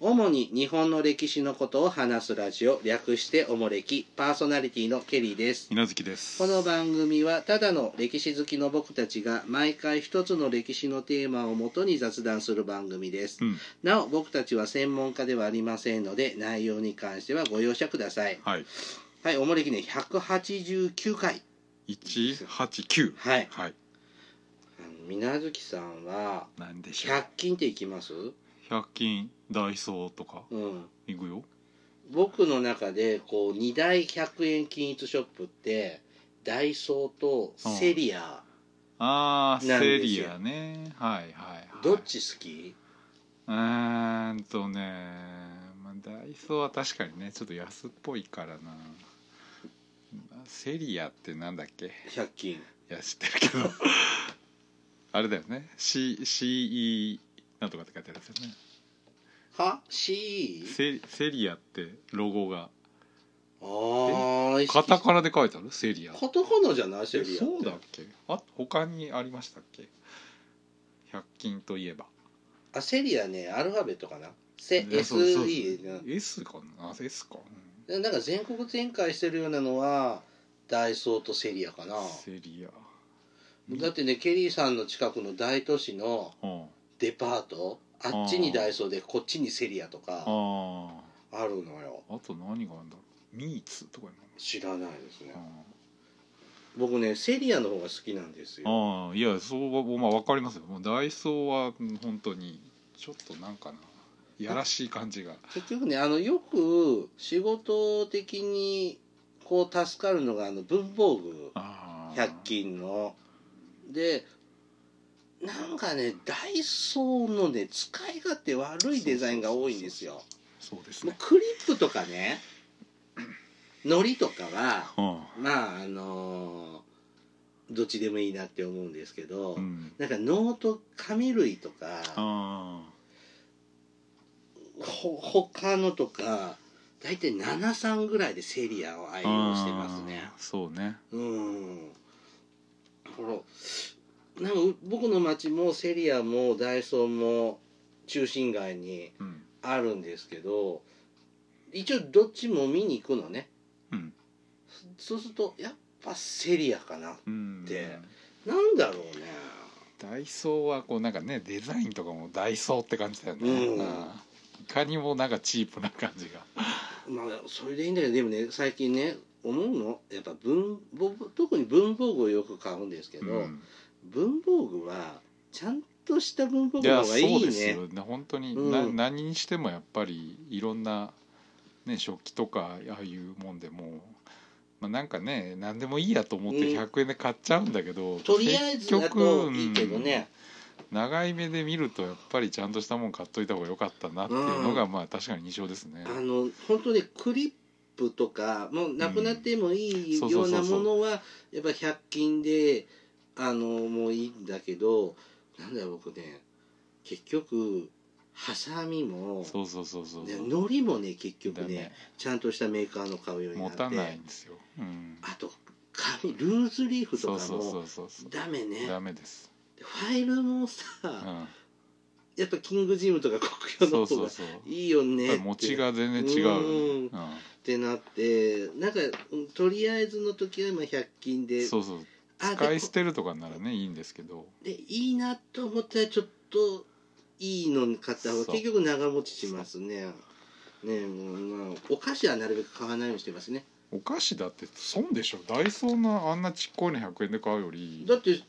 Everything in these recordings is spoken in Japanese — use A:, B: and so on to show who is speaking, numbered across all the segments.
A: 主に日本の歴史のことを話すラジオ略しておもれきパーソナリティのケリーです
B: 稲月です
A: この番組はただの歴史好きの僕たちが毎回一つの歴史のテーマをもとに雑談する番組です、
B: うん
A: なお僕たちは専門家ではありませんので内容に関してはご容赦ください
B: はい
A: はいおもれきね189回
B: 189
A: はい
B: はい
A: あの水月さんは
B: 何でしょう
A: 100均っていきます
B: 100均ダイソーとか
A: うん
B: 行くよ
A: 僕の中でこう2大100円均一ショップってダイソーとセリア、
B: ああ
A: なん
B: セ
A: ですよ
B: リアねはいはいはい
A: どっち好き
B: うーんとねまあダイソーは確かにねちょっと安っぽいからなセリアってなんだっけ
A: ?100 均
B: いや知ってるけ どあれだよね C- CE なんとかって書いてあるんですよね
A: は ?C?
B: セセリアってロゴが
A: あー意識
B: カタカナで書いてあるセリア
A: カタカナじゃないセ
B: え
A: リアって
B: そうだっけあ他にありましたっけ100均といえば
A: あセリアねアルファベットかなセ
B: いやそうそう
A: SE
B: S かなあ S か、うん
A: ななんか全国展開してるようなのはダイソーとセリアかな
B: セリアうん
A: だってねケリーさんの近くの大都市の
B: うん
A: デパートあっちにダイソーでこっちにセリアとか
B: あ
A: あるのよ
B: ああと何があるんだろうミーツとかに
A: 知らないですね
B: なる
A: 僕ねセリアの方が好きなんですよ
B: ああいやそうはまあ分かりますよもうダイソーはうん本当にちょっとなんかなやらしい感じが
A: 結局ねあのよく仕事的にこう助かるのがあの文房具
B: ああ
A: 100均のでなんかねダイソーのね使い勝手悪いデザインが多いんですよ
B: そうです
A: もう
B: ね
A: クリップとかねのりとかは
B: うん
A: まああのーどっちでもいいなって思うんですけど、
B: うん
A: なんかノート紙類とか、
B: あ
A: ほ他のとか大体73ぐらいでセリアを愛
B: あ
A: 用してますね
B: ああそうね
A: うんこのなんかう僕の町もセリアもダイソーも中心街に
B: うん
A: あるんですけど一応どっちも見に行くのね
B: うん
A: そうするとやっぱセリアかな
B: うん
A: でなんだろうね
B: ダイソーはこうなんかねデザインとかもダイソーって感じだよね、
A: うん
B: ああいかにもなんかチープな感じが
A: まあそれでいいんだけどでもね最近ね思うのやっぱ文僕特に文房具をよく買うんですけど、
B: うん
A: 文房具はちゃんとした文房
B: い
A: 具の
B: や
A: 方
B: そ
A: が
B: う
A: いい
B: です
A: ね
B: よね本当に、
A: うん
B: な何にしてもやっぱりいろんな、ね、食器とかああいうもんでもう、まあ、なんかね何でもいいやと思って
A: うん
B: 100円で買っちゃうんだけど、
A: とりあえずだといいけどね、
B: うん長い目で見るとやっぱりちゃんとしたもん買っといた方が良かったなっていうのが、まあ確かに印象ですね。
A: あの本当にクリップとかもうなくなってもいい
B: うん
A: ような
B: そうそうそうそ
A: も
B: う
A: のはやっぱ100均であのもういいんだけどなんだろう僕ね結局ハサミも
B: そうそうそうそう
A: ね
B: そう
A: のりもね結局
B: だ
A: ね
B: ね
A: ちゃんとしたメーカーの買うようにな
B: 持
A: って
B: たないんですよ。うん、
A: あと紙ルーズリーフと
B: そ
A: か
B: う
A: も
B: そうそうそうそう。
A: ダメね
B: ダメです。
A: ファイルもさ、
B: うん、
A: やっぱキングジムとか国境
B: そ
A: の
B: う
A: 方
B: そ
A: が
B: うそう。
A: いいよ
B: や
A: ね
B: っぱ
A: っ
B: り
A: て
B: 持ちが全然違うよね。うん
A: ってなってなんかうんとりあえずの時は今100均で
B: そうそう
A: あ
B: 使い
A: で
B: 捨てるとかならねいいんですけど
A: でいいなと思ったらちょっといいの買った方が
B: そう
A: 結局長持ちしますねねもうまあお菓子はなるべく買わないようにしてますね
B: お菓子だって損でしょダイソーのあんなちっこいの100円で買うより
A: だって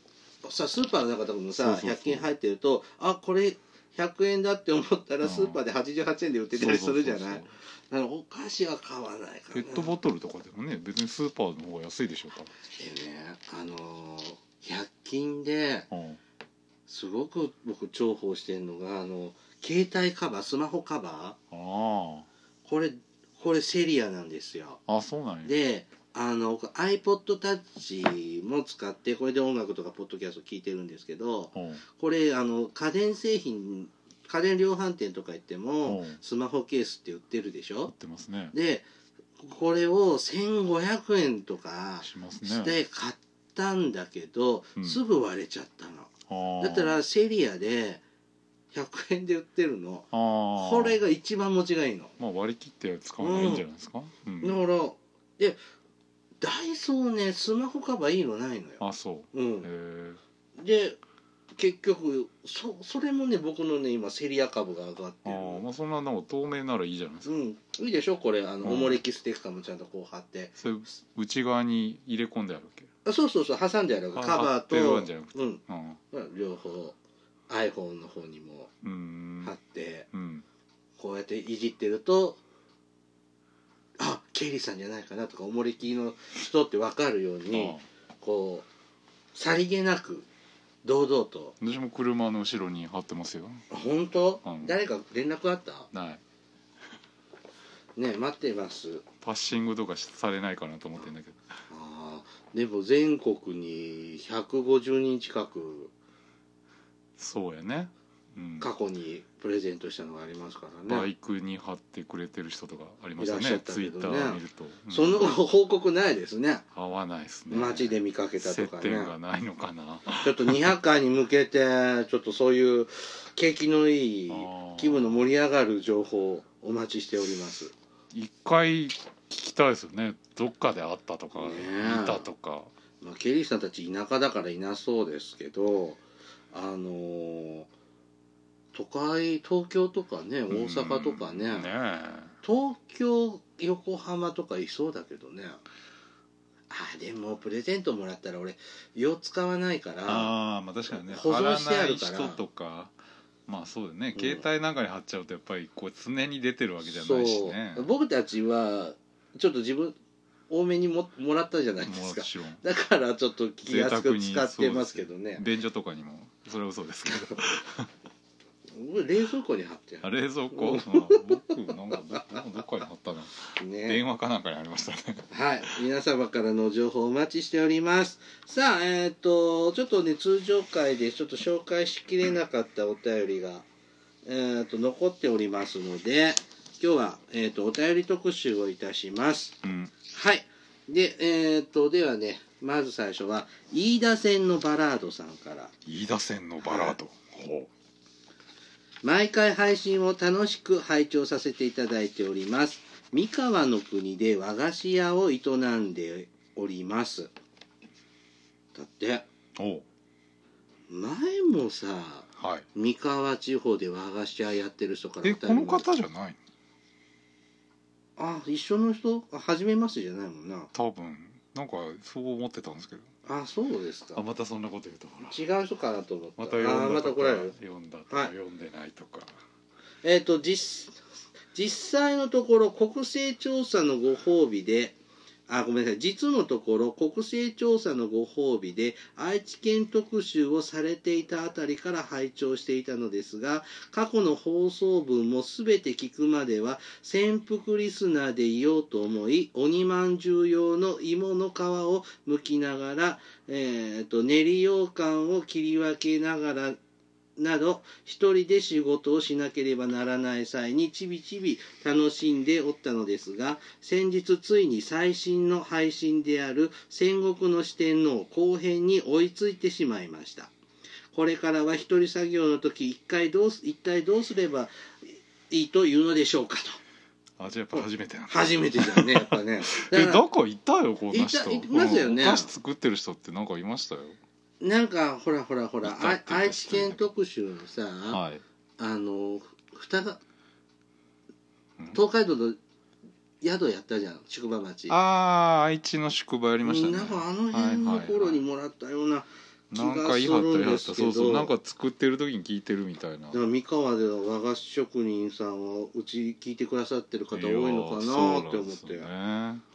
A: さスーパーの中とかもさ
B: そうそうそう
A: 100均入ってるとあこれ100円だって思った
B: う
A: ら
B: ん
A: スーパーで88円で売ってたりするじゃない
B: そうそうそう
A: だからお菓子は買わないか
B: ペ
A: ら
B: ットボトルとかでもね別にスーパーの方が安いでしょ
A: でねあのー100均で
B: 多分、
A: すごく僕重宝してるのがあの携帯カバースマホカバ
B: うん、あ
A: ーこれこれセリアなんですよ
B: ああそうなんや
A: であの iPodTouch も使ってこれで音楽とかポッドキャスト聞いてるんですけど
B: うん
A: これあの家電製品家電量販店とか行っても
B: うん
A: スマホケースって売ってるでし
B: 売っ
A: ょ
B: てますね
A: でこれを1500円とか
B: します
A: し
B: ね
A: て買ったんだけど
B: うん
A: すぐ割れちゃったの。
B: ああ
A: だったらセリアで100円で売ってるの
B: ああ
A: これが一番持ちがいいの
B: まあ割り切って使うのがいいんじゃないですか、うん
A: だからでダイソーねスマホカバーいいのないのよ、
B: あそううへ
A: ん、
B: え
A: で結局そそれもね僕のね今セリア株が上がって
B: あ
A: る
B: あまあそんななんか透明ならいいじゃないですか
A: うんいいでしょこれあの、
B: うん
A: おもれきステッカーもちゃんとこう貼って
B: それ内側に入れ込んであるわけ
A: あそうそうそう挟んである
B: あ
A: カ
B: 貼
A: バー
B: ってるわ
A: と
B: けじゃなくて
A: うん
B: うん
A: まあ両方 iPhone の方にも
B: うー
A: 貼っ
B: ん
A: て、
B: うん
A: こうやっていじってるとあケイリーさんじゃないかなとかおもれきの人って分かるように
B: あ
A: こうさりげなく堂々と
B: 私も車の後ろに貼ってますよ
A: 「あ本当、
B: うん
A: 誰か連絡あった
B: ない
A: ね待ってます」
B: パッシングとかされないかなと思ってんだけど
A: あーでも全国に150人近く
B: そうやね、うん、
A: 過去にプレゼントしたのがありますからね、
B: バイクに貼ってくれてる人とかありました
A: いらっしゃ
B: ね
A: った
B: ツイ
A: けどね
B: ッター見ると、うん
A: その報告ないですね
B: 合わないですね
A: 街で見かけたと
B: 接
A: かね
B: 点がないのかな
A: ちょっと200回に向けてちょっとそういう景気のいい
B: あー
A: 気分の盛り上がる情報をお待ちしております
B: 一回聞きたいですよねどっかで会ったとか、
A: ねえ
B: 見たとか
A: まあ、ケリーさんたち田舎だからいなそうですけどあのー都会東京とかね大阪とかね,、
B: うんね
A: 東京横浜とかいそうだけどねあーでもプレゼントもらったら俺用使わないから
B: ああまあ確かにね
A: 保存してあるから
B: 貼らない人とかまあそうだね
A: うん
B: 携帯なんかに貼っちゃうとやっぱりこう常に出てるわけじゃないしね
A: そう僕たちはちょっと自分多めにももらったじゃないですか
B: もちろん
A: だからちょっと気安く使ってますけどね
B: 便所とかにもそれは嘘ですけど
A: 僕冷蔵庫に貼ってあ
B: あ冷蔵庫、
A: う
B: うんん、僕なんかどどっかに貼ったな
A: るね
B: 電話かなんかにありましたね
A: はい皆様からの情報お待ちしておりますさあえっ、とちょっとね通常回でちょっと紹介しきれなかったお便りがえっ、と残っておりますので今日は、えー、とお便り特集をいたします
B: うん
A: はい。で、えーっと、ではね、まず最初は、飯田線のバラードさんから、
B: 飯田線のバラード、ほ
A: 毎回配信を楽しく拝聴させていただいております。三河の国で和菓子屋を営んでおります。だって、
B: うおう
A: 前もさ、
B: はい
A: 三河地方で和菓子屋やってる人からお
B: え
A: 便
B: こ
A: り
B: の
A: も
B: 方じゃない
A: あ、一緒の人あ初めましてじゃないもんな。
B: 多分なんかそう思ってたんですけど
A: あ、そうですか
B: あ。またそんなこと言うとほら
A: 違う人かなと思った。
B: また
A: あ
B: 読んだとか
A: ーまた怒られる。
B: 読んだとか、
A: はい
B: 読んでないとか
A: えっ、と実実際のところ国勢調査のご褒美であごめんなさい実のところ国勢調査のご褒美で愛知県特集をされていたあたりから拝聴していたのですが過去の放送分も全て聞くまでは潜伏リスナーでいようと思い鬼まんじゅう用の芋の皮を剥きながら、えー、と練り羊羹を切り分けながらなど一人で仕事をしなければならない際にちびちび楽しんでおったのですが先日ついに最新の配信である戦国の四天王後編に追いついてしまいましたこれからは一人作業の時一回どうす一体どうすればいいというのでしょうかと
B: あじゃあやっぱ初めてなんだ
A: 初めてじゃんねやっぱね
B: え
A: だ
B: な
A: から
B: んかいたよこんな人
A: いたいますよね
B: うんお菓子作ってる人ってなんかいましたよ
A: なんかほらほらほら
B: 歌って
A: あ
B: た
A: 愛知県特集のさ、
B: はい
A: あのふたが
B: ん
A: 東海道の宿やったじゃん宿場町
B: ああ愛知の宿場やりましたね
A: なんかあの辺の頃にもらったような、
B: なん
A: 気
B: か
A: が
B: い
A: す
B: はった
A: るん
B: いは
A: で
B: っ
A: す
B: た
A: け
B: そ
A: ど
B: うそうなんか作ってる時に聞いてるみたいな
A: だから三河では和菓子職人さんはうち聞いてくださってる方多いのかなって思って、
B: いやーそうなんです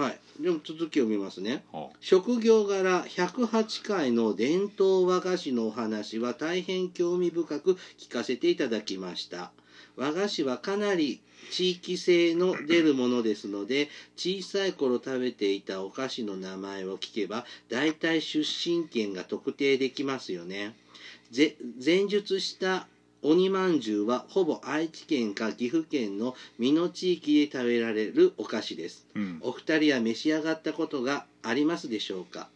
A: はいでも続きを見ますね
B: よね
A: 職業柄108回の伝統和菓子のお話は大変興味深く聞かせていただきました和菓子はかなり地域性の出るものですので小さい頃食べていたお菓子の名前を聞けば大体出身県が特定できますよねぜ前述した鬼まんじゅうはほぼ愛知県か岐阜県の美濃地域で食べられるお菓子です
B: あうん
A: お二人は召し上がったことがありますでしょうか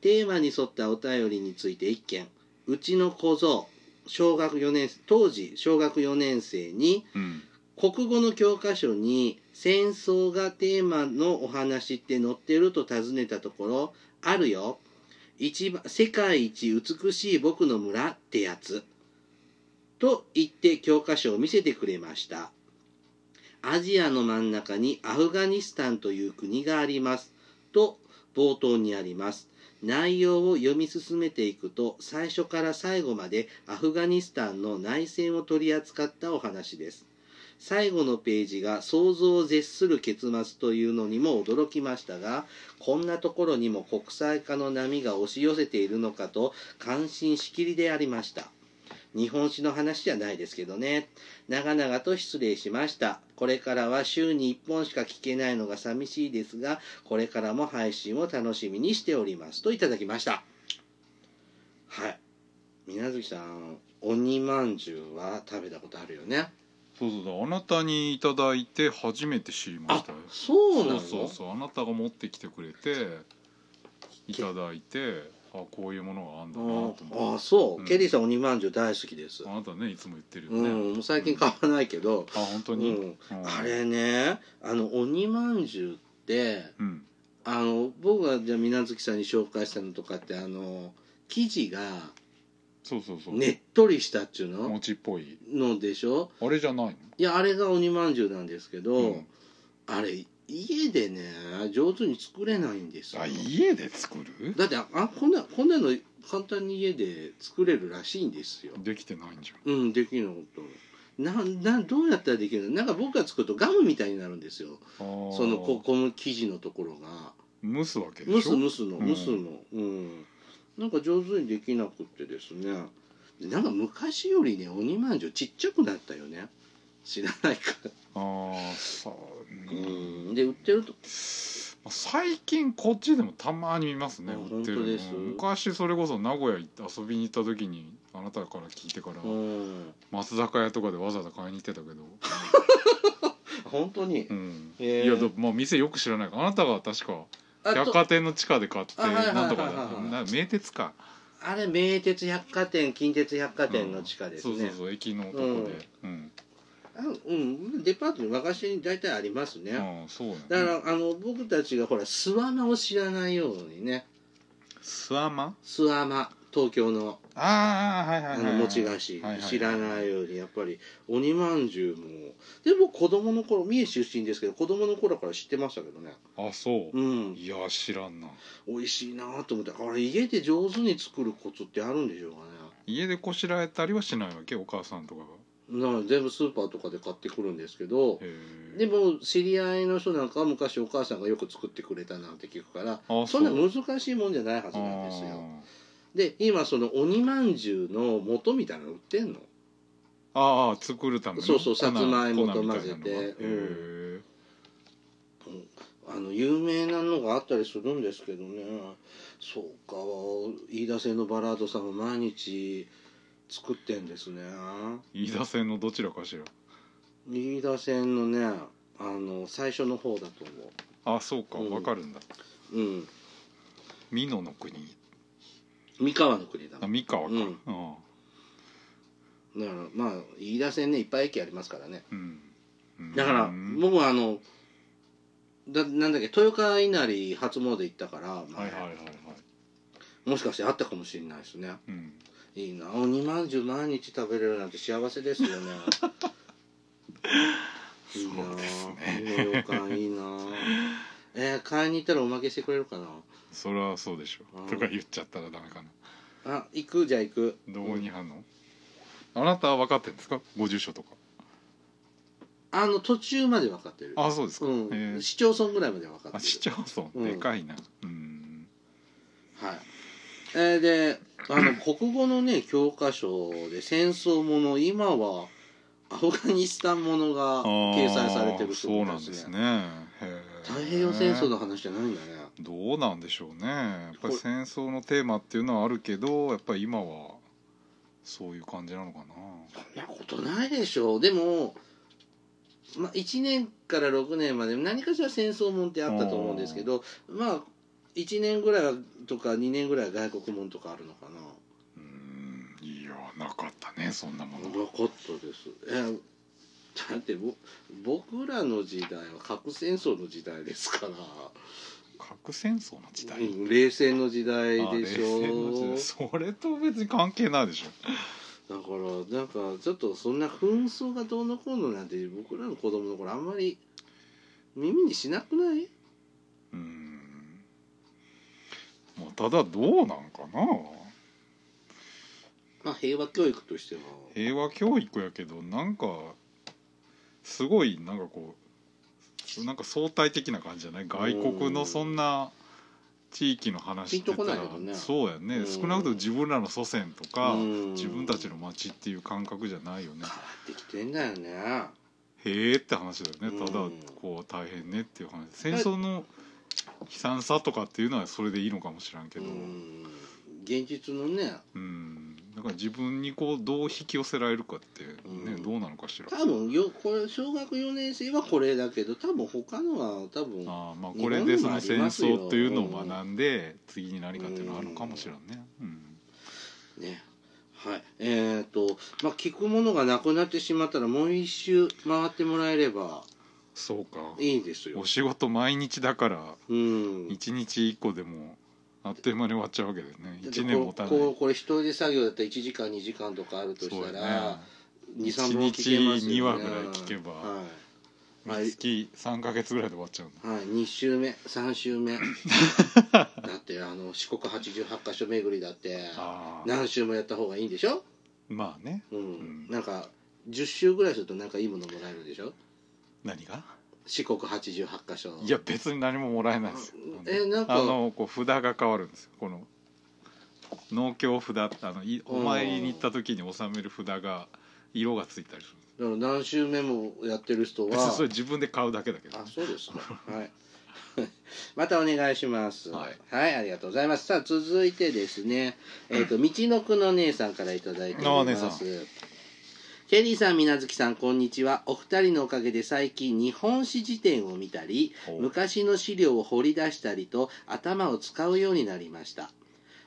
A: テーマに沿ったお便りについて一件うちの小僧小学4年当時小学4年生に
B: うん
A: 国語の教科書に戦争がテーマのお話って載ってると尋ねたところあるよ一番世界一美しい僕の村ってやつと言って教科書を見せてくれましたアジアの真ん中にアフガニスタンという国がありますと冒頭にあります内容を読み進めていくと最初から最後までアフガニスタンの内戦を取り扱ったお話です最後のページが想像を絶する結末というのにも驚きましたがこんなところにも国際化の波が押し寄せているのかと感心しきりでありました日本史の話じゃないですけどね長々と失礼しましたこれからは週に1本しか聞けないのが寂しいですがこれからも配信を楽しみにしておりますといただきましたはい水無月さん鬼まんじゅうは食べたことあるよね
B: そうそうそうあなたにいただいて初めて知りま
A: あ
B: したよ
A: そうなの
B: そうそうそうあなたが持ってきてくれていただいてあこういうものがあんだなと
A: あ
B: 思
A: あ
B: って
A: そう、
B: うん
A: ケリーさん鬼まんじゅう大好きです
B: あなたねいつも言ってるよ
A: う
B: ね、
A: ん、もう最近買わないけど、
B: あ本当
A: うん
B: に、うん
A: あれねあの鬼まんじゅうって
B: うん
A: あの僕がじゃあ水無月さんに紹介したのとかってあの生地が
B: そうそうそう、
A: ねっとりしたっちゅうの
B: 餅っぽい
A: のでしょ
B: あれじゃない
A: いやあれが鬼まんじゅうなんですけど、
B: の、
A: あれ家でね上手に作れないんですよ
B: あ家で作る
A: だってあこんなこんなの簡単に家で作れるらしいんですよ
B: できてないんじゃん
A: うんできるのとなんなんどうやったらできるのなんか僕が作るとガムみたいになるんですよそ
B: そ
A: のここの生地のところが
B: 蒸すわけで
A: 蒸
B: し
A: す
B: ょ
A: 蒸すの
B: うん
A: 蒸すのうんなんか上手にできなくってですねでなんか昔よりね鬼まんじゅうちっちゃくなったよね知らないか
B: ああそう、う
A: うんんで売ってると
B: まあ最近こっちでもたまに見ますね
A: あ
B: 売ってる
A: 本当です
B: の昔それこそ名古屋行って遊びに行った時にあなたから聞いてから
A: うん
B: 松坂屋とかでわざわざ買いに行ってたけど、
A: 本当に
B: うん
A: へー
B: いやだまあ店よく知らないからあなたが確か
A: あ
B: 百
A: と
B: 貨店の地下で買って
A: あはいはいはいはい
B: なんとかだな名鉄か
A: あれ名鉄百貨店近鉄百貨店の地下です
B: うんそう
A: ね
B: そうそう駅のとこでうん、
A: あうんデパートに和菓子に大体ありますね、
B: うん、そうやね
A: だからあの僕たちがほら諏訪間を知らないようにね
B: スワマ
A: 諏訪間東京の
B: ああはいは
A: あ
B: いはい
A: の
B: はい
A: 餅菓子
B: はいはいはい
A: 知らないようにやっぱり鬼まんじゅうもでも子供の頃三重出身ですけど子供の頃から知ってましたけどね
B: あそううんいや知らんな
A: 美味しいなと思ってあれ家で上手に作るコツってあるんでしょうかね
B: 家でこしらえたりはしないわけお母さんとかが
A: だから全部スーパーとかで買ってくるんですけど
B: へ
A: で
B: え
A: も知り合いの人なんかは昔お母さんがよく作ってくれたなんて聞くから
B: あ
A: そんな難しいもんじゃないはずなんですよで今その鬼まんじゅうの元みたいなの売ってんの
B: あーあー作るための
A: そうそう
B: 粉
A: さつまいもと
B: 粉みた
A: 混
B: いな
A: ぜ
B: のが
A: て
B: へえ
A: あの有名なのがあったりするんですけどねそうか飯田製のバラードさんも毎日作ってんですね
B: 飯田線のどちらかしら
A: 飯田線のねあの最初の方だと思
B: あそうか
A: うん
B: わかるんだ
A: ううん
B: 美濃の国
A: 三河の国だ
B: あ
A: だか
B: 三河か
A: う
B: うんんあ
A: らまあ飯田線ねいっぱい駅ありますからね
B: うん
A: だから
B: うん
A: 僕はあのだなんだっけ豊川稲荷初詣行ったから、まあ
B: はいはいはいはい
A: もしかしてあったかもしれないですね
B: うん
A: いいな鬼まんじゅう毎日食べれるなんて幸せですよ ねいいな
B: そうです
A: いいな予感いいなえー、買いに行ったらおまけしてくれるかな
B: それはそうでしょ
A: うん
B: とか言っちゃったらダメかな
A: あ行くじゃあ行く
B: どこに反応あなたは分かってるんですかご住所とか
A: あの途中まで分かってる
B: あそうですか
A: う
B: へえ
A: ん、市町村ぐらいまで分かって
B: あ
A: る
B: 市町
A: うん
B: 村でかいなうん
A: はいえーであの国語のね教科書で戦争もの今はアフガニスタンものが掲載されてるって
B: そ
A: こ
B: うな
A: と
B: ん
A: で
B: ですす
A: ね
B: ねへえ
A: 太平洋戦争の話じゃないんだね
B: どうなんでしょうねやっぱり戦争のテーマっていうのはあるけどやっぱり今はそういう感じなのかな
A: そんなことないでしょうでも、まあ、1年から6年まで何かしら戦争もんってあったと思うんですけどまあ1年ぐらいとか2年ぐらいは外国もんとかあるのかな
B: うーんいやなかったねそんなも
A: な
B: のは
A: かったですえだってぼ僕らの時代は核戦争の時代ですから
B: 核戦争の時代、
A: うん冷戦の時代
B: あ
A: でしょ
B: 冷戦の時代それと別に関係ないでしょ
A: だからなんかちょっとそんな紛争がどうのこうのなんて僕らの子供の頃あんまり耳にしなくない
B: うんもうただどうなんかな
A: まあ平和教育としては
B: 平和教育やけどなんかすごいなんかこうなんか相対的な感じじゃない外国のそんな地域の話って言ったら
A: ピンとこないけどね
B: そうやね
A: うん
B: 少なくとも自分らの祖先とか
A: うん
B: 自分たちの町っていう感覚じゃないよ
A: 変
B: ね
A: わってきてんだよね
B: へえって話だよねただ
A: うん
B: こう大変ねっていう話戦争の悲惨さとかっていうのはそれでいいのかもしらんけ
A: う
B: ど
A: ん現実のね
B: うんだから自分にこうどう引き寄せられるかってね
A: うん
B: どうなのかしら
A: 多分よこれ小学4年生はこれだけど多分他のは多分
B: ああまあ
A: 日本
B: こ
A: にも
B: れでそ
A: あ
B: の
A: り
B: 戦
A: ますよ
B: 争というのを学んで次に何かっていうのはあるのかもしれんね、うん、
A: ねはいえっ、とまあ聞くものがなくなってしまったらもう一周回ってもらえれば
B: そうか
A: いいんですよ
B: お仕事毎日だから
A: うん
B: 1日1個でもあっという間に終わっちゃうわけだよね
A: だって
B: 1年もたない
A: こうこれ一人で作業だったら1時間2時間とかあるとしたら、
B: ね
A: 23本聞けますよ、ね、
B: 一日二話ぐらい聞けば
A: は
B: 毎月3か月ぐらいで終わっちゃうんだ
A: い、はい、2週目3週 目だってあの四国88箇所巡りだって
B: ああ
A: 何週もやった方がいいんでしょ、
B: まあね
A: うん
B: ん
A: なんか10週ぐらいするとなんかいいものもらえるでしょ
B: 何が
A: 四国88箇所
B: いや別に何ももらえないですよ
A: あえなんか
B: あのこう札が変わるんですよこの農協札あのいお参りに行った時に納める札が色がついたりする
A: だから何週目もやってる人
B: 別に
A: は
B: それ自分で買うだけだけど
A: あそうですね はい またお願いします
B: はい、
A: ありがとうございますさあ続いてですねえっ、と道のくの姉さんからいただいて
B: あ
A: お
B: ー
A: り
B: 姉
A: ま
B: さん
A: すケリーさん、みなずきさん、こんにちは。お二人のおかげで最近日本史辞典を見たり、
B: お
A: 昔の資料を掘り出したりと頭を使うようになりました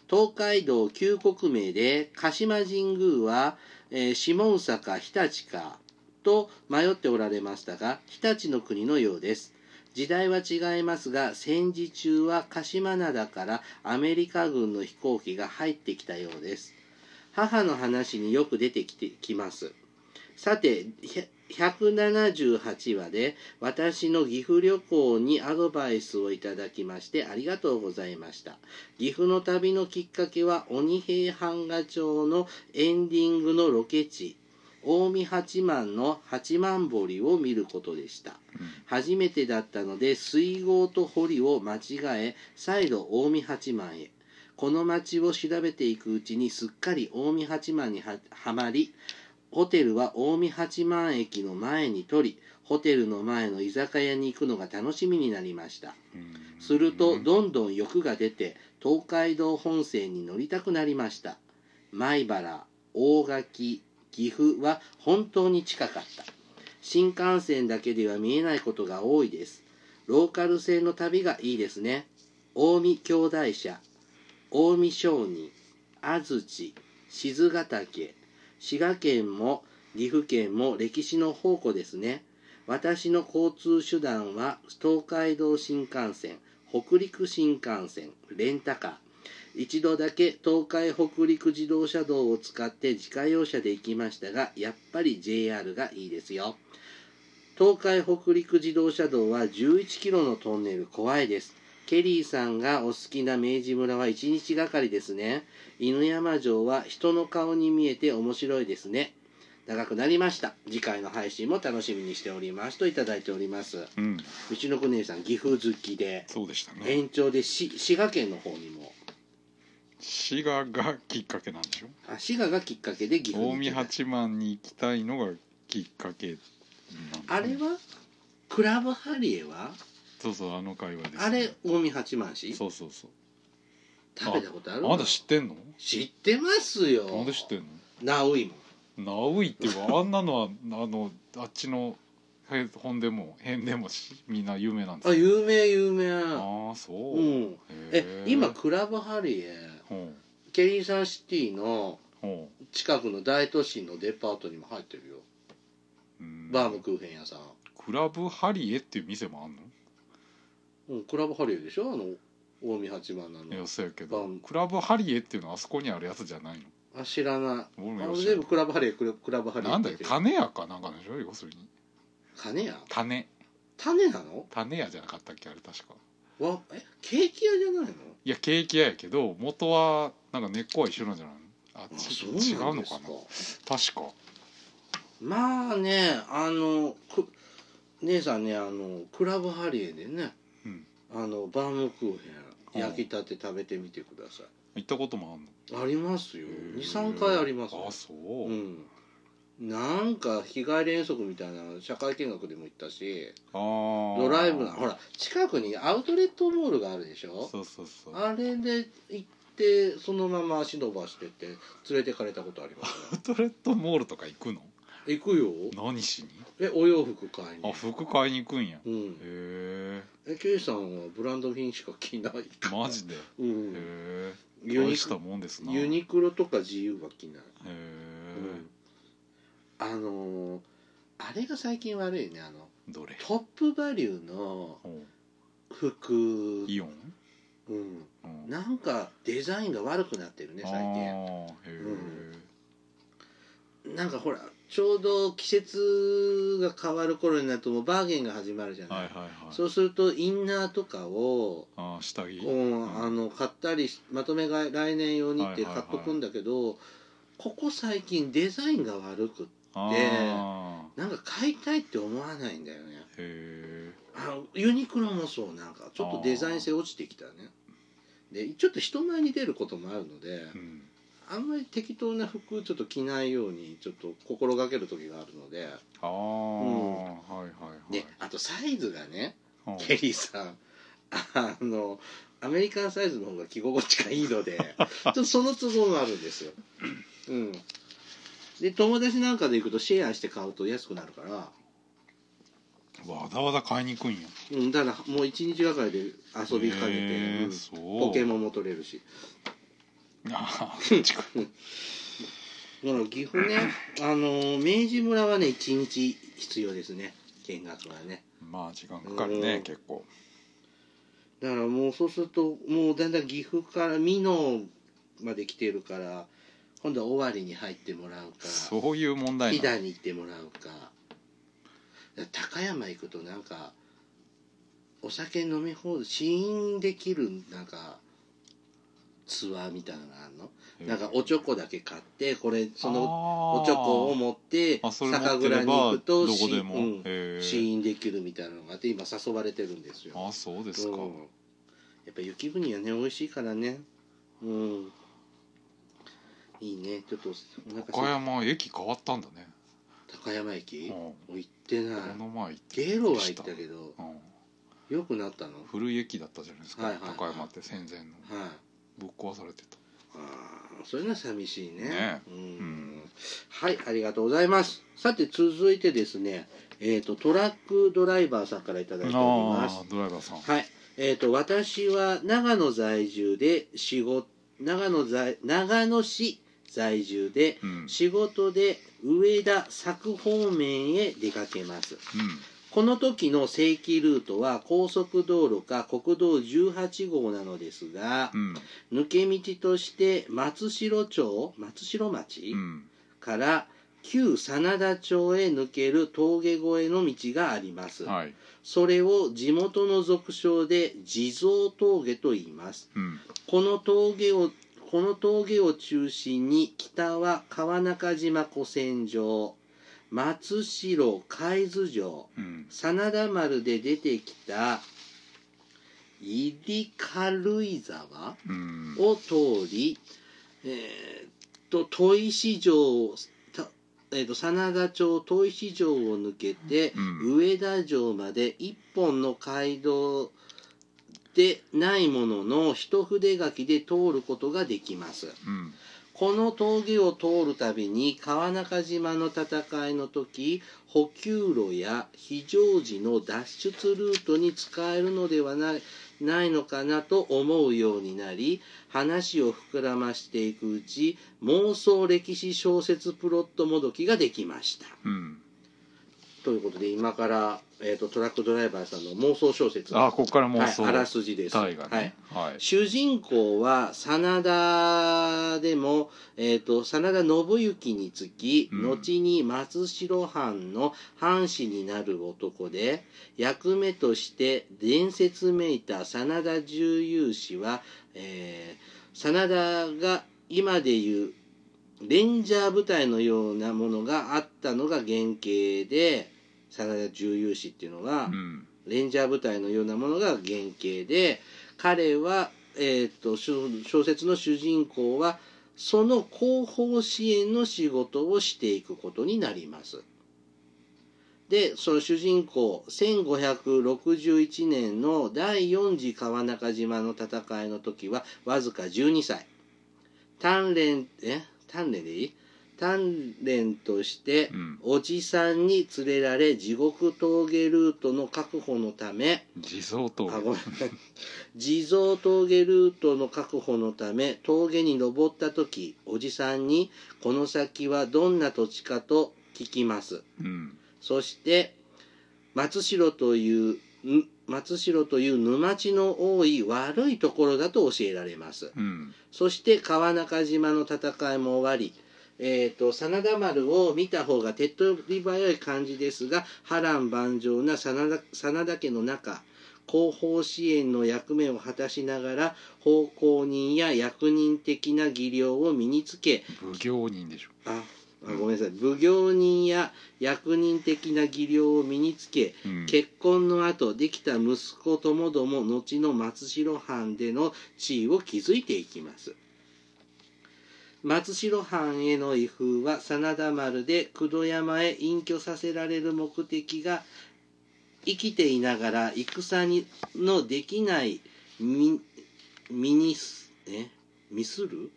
A: 東海道旧国名で鹿島神宮は、えー下坂日立かと迷っておられましたが日立の国のようです時代は違いますが戦時中は鹿島灘からアメリカ軍の飛行機が入ってきたようです母の話によく出てきてきますさてひゃ178話で私の岐阜旅行にアドバイスをいただきましてありがとうございました岐阜の旅のきっかけは鬼平版画町のエンディングのロケ地近江八幡の八幡堀を見ることでした初めてだったので水郷と堀を間違え再度近江八幡へこの町を調べていくうちにすっかり近江八幡にははまりホテルは近江八幡駅の前に取りホテルの前の居酒屋に行くのが楽しみになりました
B: うん
A: するとどんどん欲が出て東海道本線に乗りたくなりました米原大垣岐阜は本当に近かった新幹線だけでは見えないことが多いですローカル線の旅がいいですね近江兄弟社近江商人安土静ヶ岳滋賀県も岐阜県も歴史の宝庫ですね私の交通手段は東海道新幹線北陸新幹線レンタカー一度だけ東海北陸自動車道を使って自家用車で行きましたがやっぱり JR がいいですよ東海北陸自動車道は11キロのトンネル怖いですケリーさんがお好きな明治村は1日がかりですね犬山城は人の顔に見えて面白いですね長くなりました次回の配信も楽しみにしておりますといただいております
B: うん
A: 道のく姉さん岐阜好きで
B: そうでしたね
A: 延長でし滋賀県の方にも
B: 滋賀がきっかけなんでしょ
A: あ滋賀がきっかけで岐阜に
B: 近江
A: 来た
B: 八幡に行きたいのがきっかけな
A: あ
B: んです
A: れ
B: ね
A: はクラブハリエは
B: そうそうあの会話です
A: あれ近江八幡市食
B: そうそうそう
A: べたことある
B: あなた知ってんの
A: 知ってますよ
B: なんで知ってんの
A: ナウイも
B: ナウイっていう かあんなのはあのあっちのへ本でも編でもしみんな有名なんです
A: あ
B: よ
A: 有名有名
B: ああそう、
A: う
B: へ
A: んえ
B: ー
A: 今クラブハリエ
B: うん
A: ケリーサンシティの
B: ほ
A: 近くの大都市のデパートにも入ってるよ
B: ううん
A: バームクーヘン屋さん、
B: クラブハリエっていう店もあんの
A: うん、クラブハリエでしょあの近江八幡なの
B: いやそうやけ
A: バ
B: ど
A: ン
B: クラブハリエっていうのはあそこにあるやつじゃないの
A: あ知らない
B: 俺
A: あの
B: もよし
A: 全部クラブハリエクラクラブハリエ
B: なんだっけ
A: て
B: 種屋かなんかでしょ要するに
A: 金や
B: 種
A: 種なの
B: 種屋じゃなかったっけあれ確か
A: わえケーキ屋じゃないの
B: いやケーキ屋やけど元はなんか根っこは一緒なんじゃないのあ
A: あ
B: ち
A: そう
B: 違う
A: なん
B: の
A: です
B: か
A: か
B: な確か
A: まあねあのく姉さんねあのクラブハリエでね、
B: うん
A: あのバームクーヘ
B: うん
A: ン焼きたて食べてみてくださ
B: 行ったこともあんの
A: いありますよ
B: へー
A: 23回あります
B: あそう、
A: うんなんか日帰り遠足みたいな社会見学でも行ったし
B: あー
A: ドライブなほら近くにアウトレットモールがあるでしょ
B: そうそうそうア
A: あれで行ってそのまま足伸ばしてって連れてかれたことありますね
B: ウトレットモールとか行くの
A: 行くよ
B: 何しに
A: えお洋服買いに
B: あ服買いに行くんやへ
A: うん
B: え
A: えケイさんはブランド品しか着ないから
B: マジでへ
A: うん
B: え
A: ユニ
B: 大
A: ク
B: したもんですな
A: ユ
B: へ
A: ニクロとか自由は着ない、
B: え
A: あのーあれが最近悪いねあの
B: どれ
A: トップバリューの
B: ほう
A: 服
B: イオン
A: うん
B: うん
A: なんかデザインが悪くなってるね
B: あ
A: 最
B: ーへえ、
A: 近なんかほらちょうど季節が変わる頃になるともうバーゲンが始まるじゃない、
B: はいはいはい
A: そうするとインナーとかを、
B: あー下着
A: うん、あの買ったりしまとめ買い来年用にって
B: はい
A: 買
B: はいは
A: っ
B: い
A: とくんだけど、ここ最近デザインが悪く
B: あー
A: なんか買いたいって思わないんだよね
B: へえ
A: あのユニクロもそうなんかちょっとデザイン性落ちてきたねでちょっと人前に出ることもあるので、
B: うん
A: あんまり適当な服ちょっと着ないようにちょっと心がける時があるので
B: ああ、
A: ん
B: はいはいはい
A: であとサイズがね
B: うん
A: ケリーさんあのアメリカンサイズの方が着心地がいいの でちょっとその都合もあるんですよ。うん、で友達なんかで行くとシェアして買うと安くなるから、
B: わざわざ買いに行くんや
A: うん、だからもう一日がかりで遊びかけて、
B: へえ
A: うん
B: そう
A: ポケモンも取れるし。
B: あー近く
A: だから岐阜ね、あの明治村はね一日必要ですね見学はね。
B: まあ時間かかるね、
A: うん
B: 結構
A: だからもうそうするともうだんだん岐阜から美濃まで来てるから今度は尾張に入ってもらうか
B: そういう問題
A: 飛
B: な
A: 騨に行ってもらうかだから高山行くとなんかお酒飲み放題試飲できるなんかツアーみたいなのがあるの
B: の
A: なんかおちょこだけ買ってこれその
B: の
A: おちょこを持って
B: あそれ持っ
A: 酒
B: てれ
A: 蔵
B: ば
A: に行くと
B: どこ
A: 試
B: でも、
A: うん
B: へえ
A: 試飲できるみたいなのがあって今誘われてるんですよ
B: あそうですか、
A: うんやっぱ雪国はね美味しいからねうんいいねちょっとお腹すい
B: 岡山駅変わったんだね、
A: 高山駅、
B: うん
A: 行ってない
B: この前行って
A: ゲロは行ったけ
B: ど、
A: ど
B: うん、
A: よくなったのはい
B: 古い駅だったじゃないですか、
A: はいはいはい
B: 高山って戦前のぶっ壊されてた
A: あーそういうのは寂しいね
B: ね
A: うん
B: ん
A: はいありがとうございますさて続いてですねえっ、とトラックドライバーさんからいただいております
B: あードライバーさん
A: はい、えー、と私は長野在住で仕事長野在長野市在住で
B: うん、うん、
A: 仕事で上田佐久方面へ出かけますこの時の正規ルートは高速道路か国道18号なのですが
B: う、ん
A: 抜け道として松代町松代町、
B: うん
A: から旧真田町へ抜ける峠越えの道があります、
B: はい
A: それを地元の俗称で地蔵峠と言います。
B: うん
A: この峠をこの峠を中心に北は川中島古戦場、松代海津城、
B: うん
A: 真田丸で出てきた入軽井沢
B: うん
A: を通り、えーっと砥石城をたえーっと真田町砥石城を抜けて、
B: うん
A: 上田城まで一本の街道でないものの一筆書きで通ることができます
B: うん
A: この峠を通るたびに川中島の戦いの時補給路や非常時の脱出ルートに使えるのではないないのかなと思うようになり話を膨らましていくうち妄想歴史小説プロットもどきができました
B: うん
A: ということで今から、えー、とトラックドライバーさんの妄想小説
B: あここから妄想
A: はい、あらすじです、
B: 大河
A: はい
B: ねはい
A: 主人公は真田でも、えー、と真田信行につき、
B: うん
A: 後に松代藩の藩士になる男で役目として伝説めいた真田重勇氏は、えー真田が今でいうレンジャー部隊のようなものがあったのが原型で真田重勇氏っていうのが。
B: うん
A: レンジャー部隊のようなものが原型で彼は、えー、と小小説の主人公はその後方支援の仕事をしていくことになります。でその主人公1561年の第4次川中島の戦いの時はわずか12歳鍛錬え鍛錬でいい鍛錬として、
B: うん
A: おじさんに連れられ地獄峠ルートの確保のため
B: 地蔵と
A: あごめん地蔵峠ルートの確保のため峠に登った時おじさんにこの先はどんな土地かと聞きます
B: うん
A: そして松代というん松代という沼地の多い悪いところだと教えられます
B: うん
A: そして川中島の戦いも終わり、えー、と真田丸を見た方が手っ取り早い感じですが波乱万丈な真田真田家の中後方支援の役目を果たしながら奉公人や役人的な技量を身につけ
B: 奉行人でしょ
A: ああごめんなさい奉行人や役人的な技量を身につけ
B: うん
A: 結婚の後できた息子ともども後の松代藩での地位を築いていきます松代藩への威風は真田丸で工藤山へ隠居させられる目的が生きていながら戦にのできない身身にすえミスる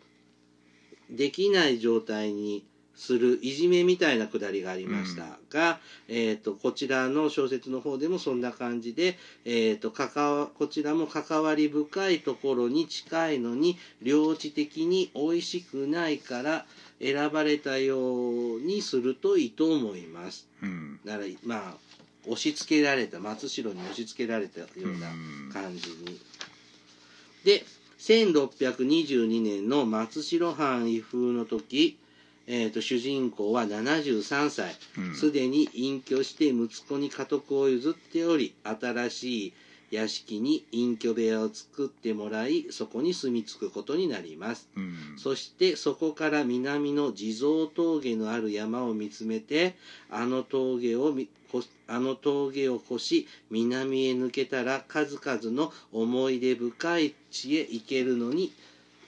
A: できない状態にするいじめみたいなくだりがありましたが、えー、とこちらの小説の方でもそんな感じで、えー、と関わこちらも関わり深いところに近いのに領地的に美味しくないから選ばれたようにするといいと思います。
B: うん
A: だからまあ押し付けられた松代に押し付けられたような
B: うん
A: 感じに。で1622年の松代藩威風の時、えー、と主人公は73歳
B: うん
A: すでに隠居して息子に家督を譲っており新しい屋敷に隠居部屋を作ってもらいそこに住み着くことになります
B: うん
A: そしてそこから南の地蔵峠のある山を見つめてあの峠をみこあの峠を越し南へ抜けたら数々の思い出深い地へ行けるのに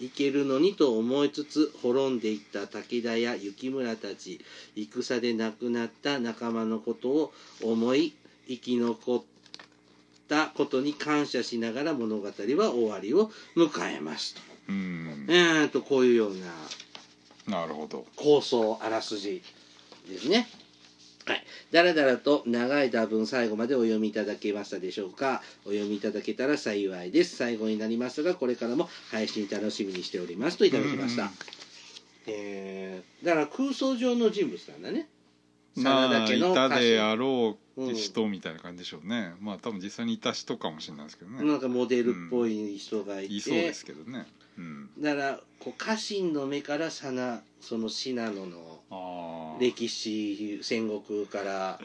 A: 行けるのにと思いつつ滅んでいった武田や幸村たち戦で亡くなった仲間のことを思い生き残ったことに感謝しながら物語は終わりを迎えますと。
B: うん
A: えー、とこういうような
B: なるほど
A: 構想あらすじですね。はい、だらだらと長い打文最後までお読みいただけましたでしょうかお読みいただけたら幸いです最後になりましたがこれからも配信楽しみにしておりますといただきました、
B: うん
A: えー、だから空想上の人物なんだね
B: まあ
A: 真
B: い
A: 田家の
B: たで
A: 家
B: あろ
A: う
B: うん人みたいな感じでしょうねまあ多分実際にいた人かもしれないですけど
A: 臣な
B: ね
A: んかモデルっぽい人がいて、
B: いそうですけどねうん
A: だからこう家臣の目からさなその信濃の
B: ああ
A: 歴史戦国から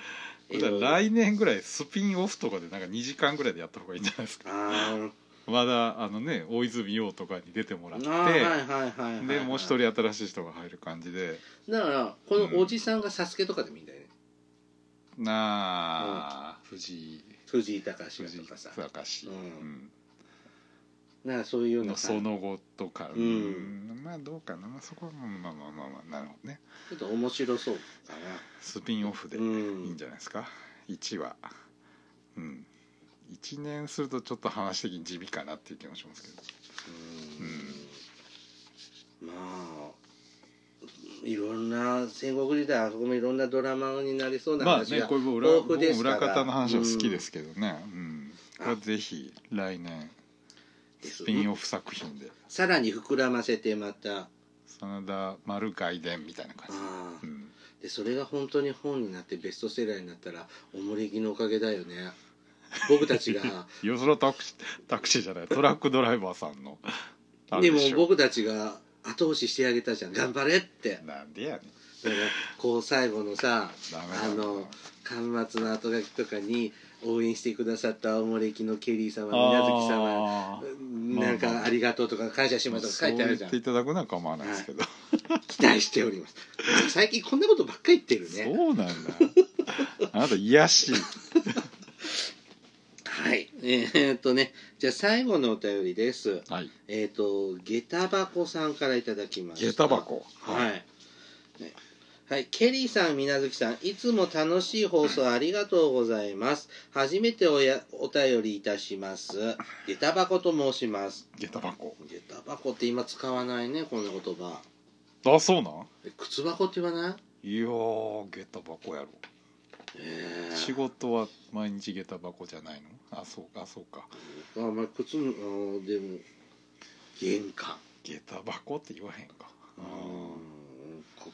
B: だから来年ぐらいスピンオフとかでなんか2時間ぐらいでやった方がいいんじゃないですか
A: あー
B: まだあのね大泉洋とかに出てもらって
A: あーはいはいはいはいはい
B: でもう一人新しい人が入る感じで
A: だからこのおじさんが「サスケとかでもいいんだよね、
B: なあ藤井
A: 藤井隆が
B: 藤井
A: とかさ
B: 隆
A: う
B: うんん
A: なんかそういうような
B: のそ
A: 感じ
B: の後とか
A: うん
B: うんまあどうかなまあそこはまあまあまあまあまあなるほどね
A: ちょっと面白そうか
B: スピンオフで
A: な、
B: いうい
A: ん、
B: んじゃないですか1話うん1年するとちょっと話的に地味かなっていう気もしますけど
A: うんまあいろんな戦国時代あそこもいろんなドラマになりそうな
B: まあ
A: 話
B: ね
A: が、
B: こういう裏
A: 豊富
B: 僕
A: で
B: も
A: すから
B: 裏方の話は好きですけどね、うんこれぜひ来年
A: です
B: スピンオフ作品で
A: さらに膨らませてまた
B: 真田丸外伝みたいな感
A: あ
B: じ、
A: ー
B: うん、
A: でそれが本当に本になってベストセラーになったらおもれきのおかげだよね僕たち が
B: よそのタクシータクシーじゃないトラックドライバーさんのあ
A: で
B: れ
A: も
B: しょ
A: 僕たちが後押ししてあげたじゃん頑張れって
B: なんでやねん
A: だからこう最後のさ
B: ダメだ
A: あの巻末の後書きとかに応援してくださった青森駅のケリー様水無月様
B: あー
A: なんかありがとうとか感謝しま
B: まあ
A: すと
B: そ
A: か書
B: う
A: いてあ
B: 言
A: る
B: っ
A: じゃん
B: ていただくのは構わないですけど、
A: 期待しております最近こんなことばっかり言ってるね
B: そ うなんだあなた癒し
A: はいえーっとねじゃあ最後のお便りです
B: はい
A: えっ、と下駄箱さんからいただきました
B: 下駄箱
A: はい、ねはい、ケリーさん、みなずきさん、いつも楽しい放送ありがとうございます。初めておやお便りいたします。下駄箱と申します。
B: 下駄箱
A: 下駄箱って今使わないね、こんな言葉。
B: あそうなん
A: え靴箱って言わない
B: いやー下駄箱やろ
A: え
B: 仕事は毎日下駄箱じゃないのあそうかあそうか
A: あまあ、靴もあーでも、玄関。
B: 下駄箱って言わへんか
A: うんこ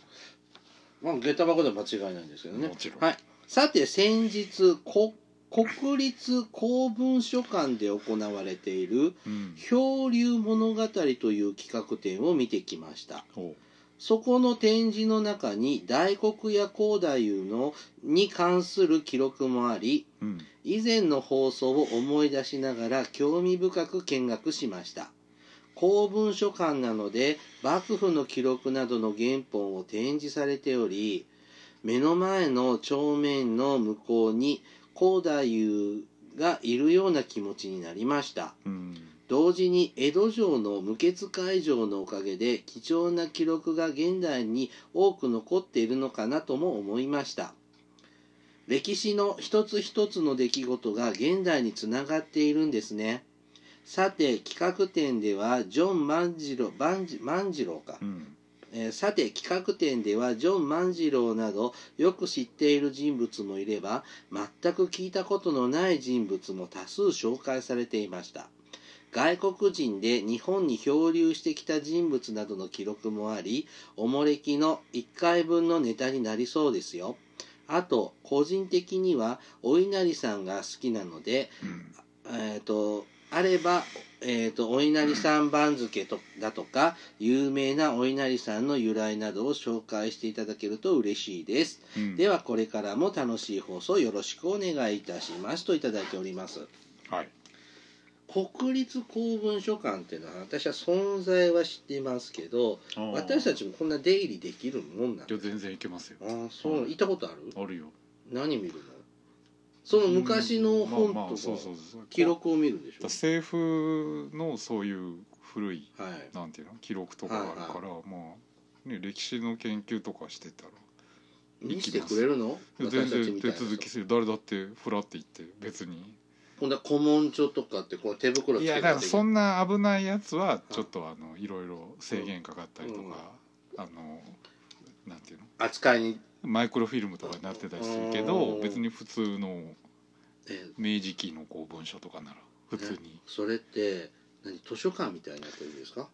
A: まあ、下駄箱では間違いないんですけどね
B: もちろん
A: はい、さて先日こ国立公文書館で行われている
B: うん
A: 「漂流物語」という企画展を見てきました
B: おう
A: そこの展示の中に大黒や高太夫のに関する記録もあり
B: うん
A: 以前の放送を思い出しながら興味深く見学しました公文書館なので幕府の記録などの原本を展示されており目の前の帳面の向こうに高太夫がいるような気持ちになりました
B: うん
A: 同時に江戸城の無血開城のおかげで貴重な記録が現代に多く残っているのかなとも思いました歴史の一つ一つの出来事が現代につながっているんですねさて企画展ではジョン万次郎万次万次郎か
B: う、ん
A: えーさて企画展ではジョン万次郎などよく知っている人物もいれば全く聞いたことのない人物も多数紹介されていました外国人で日本に漂流してきた人物などの記録もありおもれきの1回分のネタになりそうですよあと個人的にはお稲荷さんが好きなので
B: うん
A: えー、とあれば、えー、とお稲荷さん番付とだとか有名なお稲荷さんの由来などを紹介していただけると嬉しいです、
B: うん
A: ではこれからも楽しい放送よろしくお願いいたしますといただいております
B: はい
A: 国立公文書館っていうのは私は存在は知ってますけど私た
B: ち
A: ちもこんな出入りできるもんなんだ
B: 全然行けますよ
A: あーそう行ったことある
B: あるよ
A: 何見るのその昔の本
B: まあまあ
A: と
B: そう
A: か
B: そうそう
A: 記録を見るんでし
B: だ政府のそういう古い
A: ょはい
B: なんていうの記録とかがあるから、まあ、ね、歴史の研究とかしてたら
A: 見せてくれるの
B: 全
A: 私たち
B: 然
A: みた
B: 手
A: いな
B: 続きする誰だってふらって行って別に
A: ほんで古文書とかってこの手袋つ
B: い
A: け
B: や
A: て
B: だからそんな危ないやつはちょっとあのいろいろ制限かかったりとか、あのなんていうの
A: 扱いに、
B: マイクロフィルムとかになってたりするけど
A: うん
B: 別に普通の
A: え
B: 明治期のこう文書とかなら普通に、
A: それって何図書館みたいになってるんですか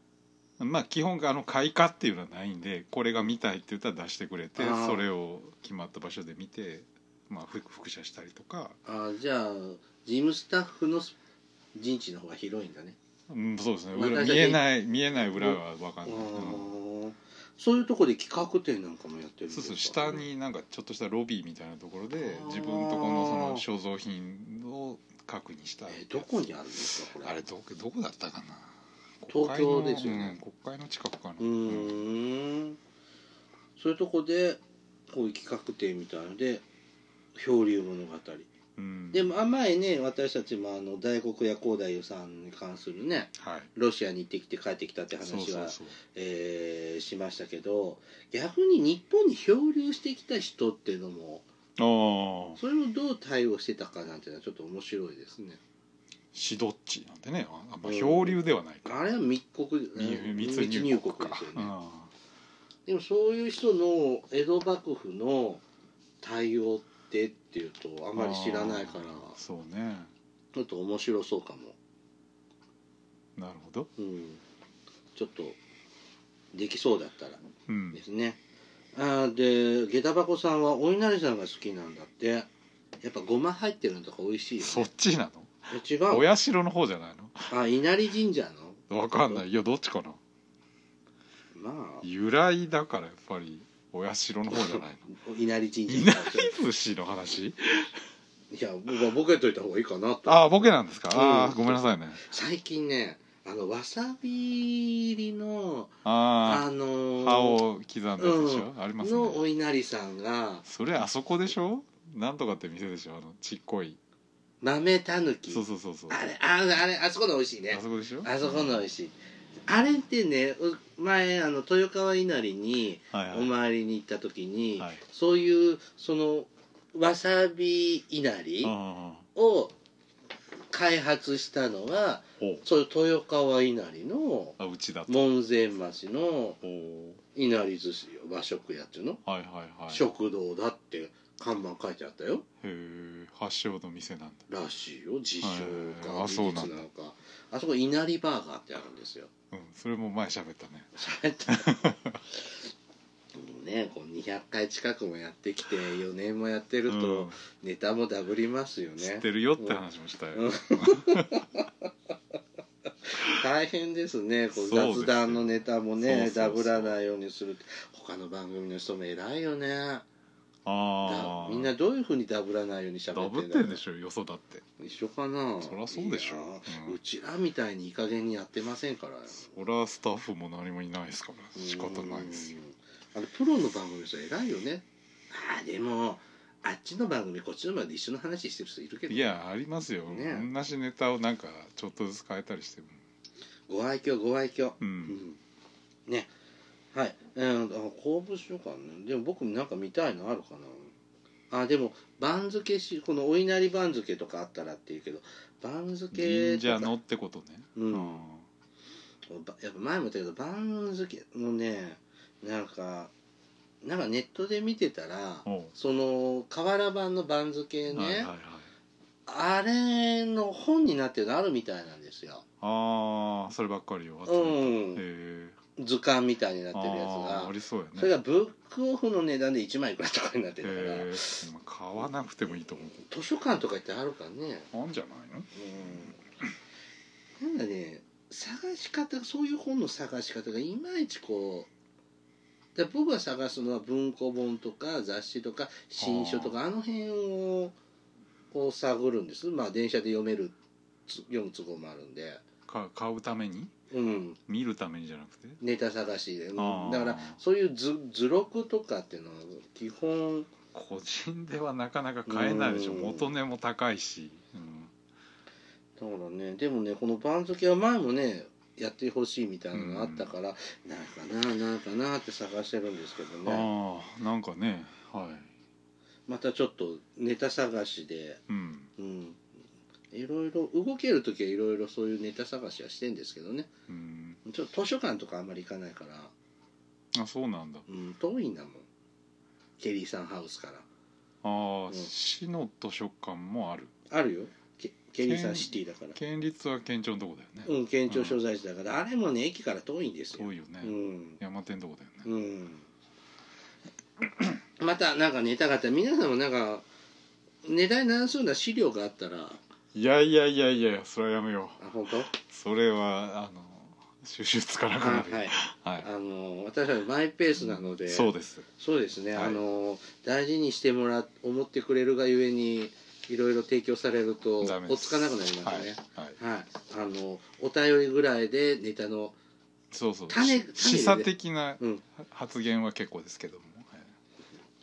B: まあ基本あの開花っていうのはないんでこれが見たいって言ったら出してくれて
A: あー
B: それを決まった場所で見て、まあ、ふ複写したりとか、
A: あーじゃあ事務スタッフの陣地の方が広いんだね、
B: うん、そうですね
A: まあ
B: 裏
A: 大
B: 見
A: 体
B: えない見えない裏は分
A: あ
B: かんない、うん
A: ーそういうとこで企画展なんかもやってるんです
B: そ
A: か
B: うそう下になんかちょっとしたロビーみたいなところで
A: あー
B: 自分とこのその所蔵品を確認した
A: え
B: い
A: ーどこにあるんですかこれ
B: あれどどこだったかな
A: 東京ですよね
B: 国会のうん国会の近くかな
A: うーんそういうとこでこういう企画展みたいので漂流物語
B: うん
A: でもあ前ね私たちもあの大黒や高大夫さんに関するね
B: はい
A: ロシアに行ってきて帰ってきたって話は
B: そうそうそう
A: えーしましたけど逆に日本に漂流してきた人っていうのも
B: ああ
A: それをどう対応してたかなんていうのはちょっと面白いですね
B: シドッチなんてねあ、ま
A: う
B: あ、
A: ん
B: 漂流ではないか、
A: あれは密国
B: み密
A: 密
B: 入
A: 入
B: 国
A: 国
B: か
A: ですよね、でもそういう人の江戸幕府の対応ってっていうとあ
B: あ
A: まり知らないから
B: そうね
A: ちょっと面白そうかも、
B: なるほど
A: うん、ちょっとできそうだったら
B: うん
A: ですね、あーで下駄箱さんはお稲荷さんが好きなんだってやっぱごま入ってるのとか美味しいよ
B: そっちな
A: え違う
B: のお社の方じゃない
A: あ稲荷神社の
B: のわかんないいやどっちかな
A: まあ
B: 由来だからやっぱりお社の方じゃ ない
A: お稲荷神
B: の
A: 社
B: いなり寿司の話
A: いや僕はボケといた方がいいかなと
B: ああボケなんですかあ
A: う
B: あ
A: ん
B: ごめんなさいね
A: 最近ねあのわさび入りのあ
B: ああ
A: のー
B: 歯を刻んだやつでしょ、あります
A: のお
B: ね
A: 稲荷さんが
B: それあそこでしょなんとかって店でしょあのちっこい
A: 豆たぬき
B: そうそうそうそう
A: あれあれあれあそこの美味しいね
B: あそこでしょ
A: あそこの美味しいあれってねう前あの豊川稲荷に
B: はいはい
A: お参りに行った時に、
B: はい
A: そういうそのわさび稲荷
B: あ
A: を開発したのは
B: あお
A: そういう豊川稲荷の
B: あうちだと
A: 門前町の
B: おお
A: いなり寿司よ和食やっていうの、
B: はいはいはいへ
A: 食堂だって看板書いてあったよ
B: え発祥の店なんだ
A: らしいよ自称
B: へ
A: か
B: ーあそうなん
A: 技
B: だ
A: 術なのかあそこいなりバーガーってあるんです よ
B: うんそれも前喋ったね
A: もうねこう200回近くもやってきて4年もやってる
B: う
A: と
B: ん
A: ネタもダブりますよ
B: 知
A: ね
B: ってるよって話もしたよ、
A: うん大変ですねこう
B: そうですよ
A: 雑談のネタもね
B: そうそうそう
A: ダブらないようにするって他の番組の人も偉いよね
B: あ
A: だ
B: あ
A: みんなどういうふうにダブらないように喋
B: ダ
A: って
B: ブ
A: ん
B: っ
A: だ
B: て
A: ろ
B: ん
A: う
B: でしょよそだって
A: 一緒かな
B: そりゃそうでしょ
A: いや
B: うん
A: うちらみたいにいい加減にやってませんから
B: 俺はスタッフも何もいないですから仕方ないですよ
A: うんあのプロの番組の人偉いよねああでもあっちの番組こっちの番組で一緒の話してる人いるけど
B: いやありますよ、
A: ね
B: 同じネタをなんかちょっとずつ変えたりしても
A: ご愛嬌ご愛嬌
B: う、
A: うんんねはいうんあ公募しようかなでも僕なんか見たいのあるかなあでも番付しこのお稲荷番付とかあったらっていうけど番付
B: 神
A: とか
B: 社のってことね
A: うん
B: あ
A: ばやっぱ前も言ったけど番付のねなんかなんかネットで見てたら
B: ーおう
A: その瓦版の番付ね、
B: はいはいはい
A: あれの本になってるのあるみたいなんですよ
B: ああそればっかりを集
A: うん
B: めて、へえ
A: 図鑑みたいになってるやつ
B: あ
A: が
B: ーありそうやね
A: それがブックオフの値段で1枚いくらとかになってたから、
B: えー、まあ買わなくてもいいと思
A: 図書館とか行ってあるかね
B: うなんじゃないの
A: うんなんかね探し方そういう本の探し方がいまいちこうで僕が探すのは文庫本とか雑誌とか新書とかあの辺をこう探るんですまあ電車で読めるつ読む都合もあるんで、
B: か買うために
A: うん、
B: 見るためにじゃなくて
A: ネタ探しで、うん
B: あー
A: だからそういう図図録とかっていうのは基本
B: 個人ではなかなか買えないでしょ
A: うん
B: 元値も高いし、うん、
A: だからねでもねこの番付は前もねやってほしいみたいなのがあったから、ないかなないかなって探してるんですけどね
B: ああなんかねはい
A: またちょっとネタ探しで
B: うん
A: うんいろいろ動ける時はいろいろそういうネタ探しはしてんですけどね
B: うん
A: ちょっと図書館とかあんまり行かないから、
B: あそうなんだ
A: うん、遠いんだもんケリーさんハウスから
B: ああ、
A: ん
B: 市の図書館もある
A: あるよケケリーさん
B: 県
A: シティだから
B: 県立は県庁のとこだよね、
A: うん県庁所在地だから、あれもね駅から遠いんですよ
B: 遠いよね、
A: うん
B: 山手のとこだよね、
A: うん、またなんかネタがあったら皆さんもなんか値段にならそうな資料があったらあ
B: いやいやいやいやそれはやめよう
A: 本当
B: それはあの収集つかなく
A: あ
B: なるよ
A: はい
B: はい、
A: あの私はマイペースなので
B: そうです
A: そうですね、
B: はい
A: あの大事にしてもら思ってくれるがゆえにいろいろ提供されると
B: ダメ
A: お
B: で
A: つ
B: す
A: かなくなりますね
B: はい、はい、
A: はい、あのお便りぐらいでネタの
B: そうそう
A: 種種でね
B: 示唆的な
A: うん
B: 発言は結構ですけども、はい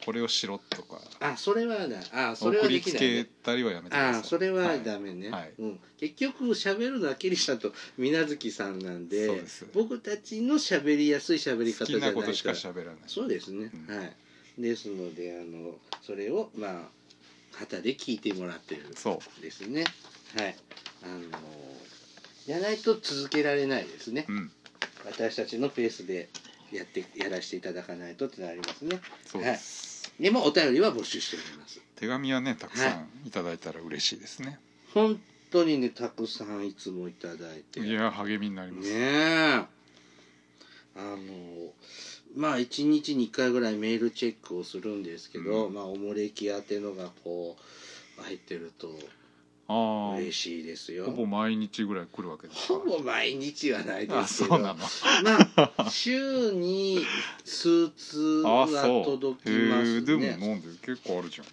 B: これをしろとか
A: あそれはなあそれは
B: 送
A: で
B: り
A: き
B: つ
A: ない、ね
B: け、たりはやめてくださ
A: あ
B: い
A: あそれはいダメね、
B: はい
A: うん、結局喋るのはキリシャと水無月さんなんで
B: そうです
A: 僕たちの喋りやすい喋り
B: 好
A: 方じゃ
B: き
A: ない
B: な
A: か
B: こと
A: ら
B: しか喋らない
A: そうですね、
B: うん
A: はいですのであのそれをまあ旗で聞いてもらってる
B: そう
A: ですねはいあのやらないと続けられないですね、
B: うん
A: 私たちのペースでやってやらせていただかないとってなりますね
B: そうです、
A: でもお便りは募集しております
B: 手紙はねたくさ
A: は
B: んいただいたら嬉しいですね、
A: 本当にねたくさんいつもいただいて
B: いや励みになります、
A: ねえあのまあ1日に1回ぐらいメールチェックをするんですけど、
B: うん
A: まあおもれき宛てのがこう入ってると
B: あ
A: 嬉
B: あ
A: しいですよ
B: ほぼ毎日ぐらい来るわけですか
A: ほぼ毎日はない
B: あ
A: です
B: そ
A: けど
B: うなの
A: まあ週に数通
B: あ
A: は
B: そう
A: 届き
B: へ
A: ます
B: えでも
A: ね
B: 飲んで結構あるじゃん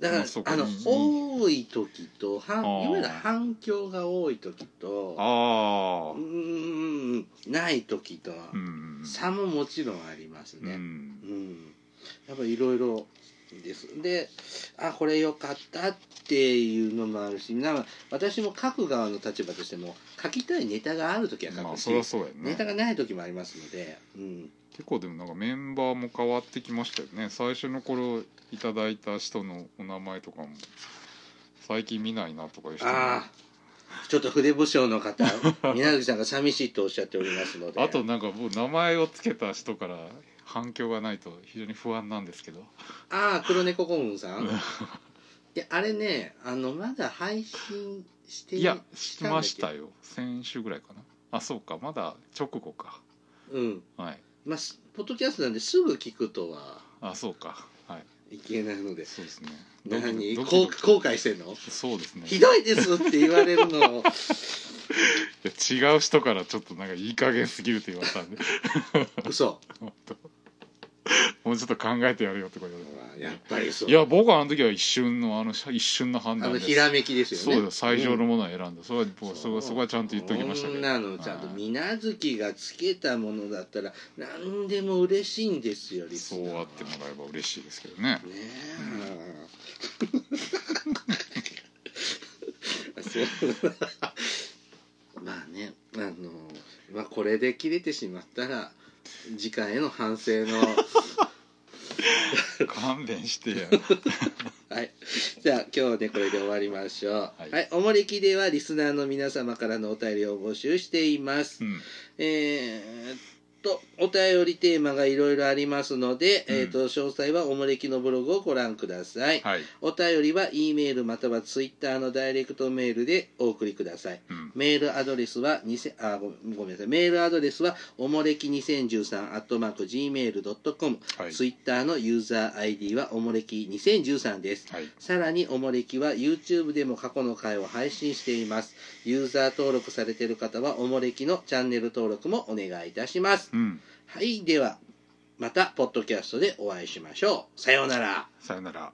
A: だから
B: まあそうか
A: あの
B: いい
A: 多い時とはん
B: あー
A: いわゆる反響が多い時と
B: あ
A: う
B: あ
A: ーんない時とは
B: うん
A: 差ももちろんあります
B: う
A: ねうんん、やっぱいろいろですであこれ良かったっていうのもあるしなんか私も書く側の立場としても書きたいネタがある時は書
B: まあ
A: くし、
B: そりゃそうや
A: ネタ
B: ね
A: がない時もありますので、うん、
B: 結構でもなんかメンバーも変わってきましたよね最初の頃いただいた人のお名前とかも最近見ないなとかいう人も
A: ああちょっと筆武将の 方皆月さんが寂しいとおっしゃっておりますので
B: あとなんかもう名前をつけた人から反響がないと非常に不安なんですけど
A: ああ黒猫コムンさんであれねあのまだ配信してい
B: いやしまし
A: んだ
B: たよ先週ぐらいかなあそうかまだ直後か
A: っけうん
B: はい
A: まあすポッドキャストなんですぐ聞くとは
B: あそうかはい
A: いけないので
B: そうですね
A: 何
B: ド
A: こ
B: キドキ
A: う後悔してんの
B: そうですね
A: ひどいですって言われるのを
B: いや違う人からちょっとなんかいい加減すぎると言われたんで
A: 嘘、
B: もうちょっと考えてやるよってこと言われ
A: まあ、やっぱりそ
B: た
A: う
B: いや僕はあの時は一瞬のあの一瞬の判
A: あ
B: 断
A: の
B: です
A: ひらめきですよね
B: そうよ最上のものを選んだ、それは僕そ
A: そう
B: こそこはちゃんと言っときましたけ
A: こ
B: ど
A: んなのちゃんと
B: はい
A: 水無月がつけたものだったら何でも嬉しいんですよリス
B: そう
A: ナー
B: あってもらえば嬉しいですけどね
A: ねえそうまあねあの、まあ、これで切れてしまったら次回への反省 の
B: 勘弁してや
A: はいじゃあ今日はねこれで終わりましょうは
B: はい
A: い、おもれきではリスナーの皆様からのお便りを募集しています
B: うん
A: えーっと、お便りテーマがいろいろありますので、
B: うん
A: えーっと、詳細はおもれきのブログをご覧ください。
B: はい、
A: お便りは E メールまたは Twitter のダイレクトメールでお送りください。
B: うん、
A: メールアドレスは、にせあごごめんなさい、メールアドレスは、おもれき2013、アットマーク、gmail.com、
B: はい
A: ツイッターのユーザー ID は、おもれき2013です。
B: はい
A: さらに、おもれきは YouTube でも過去の回を配信しています。ユーザー登録されている方は、おもれきのチャンネル登録もお願いいたします。
B: うん、
A: はい、では、また、ポッドキャストでお会いしましょう。さようなら。
B: さよなら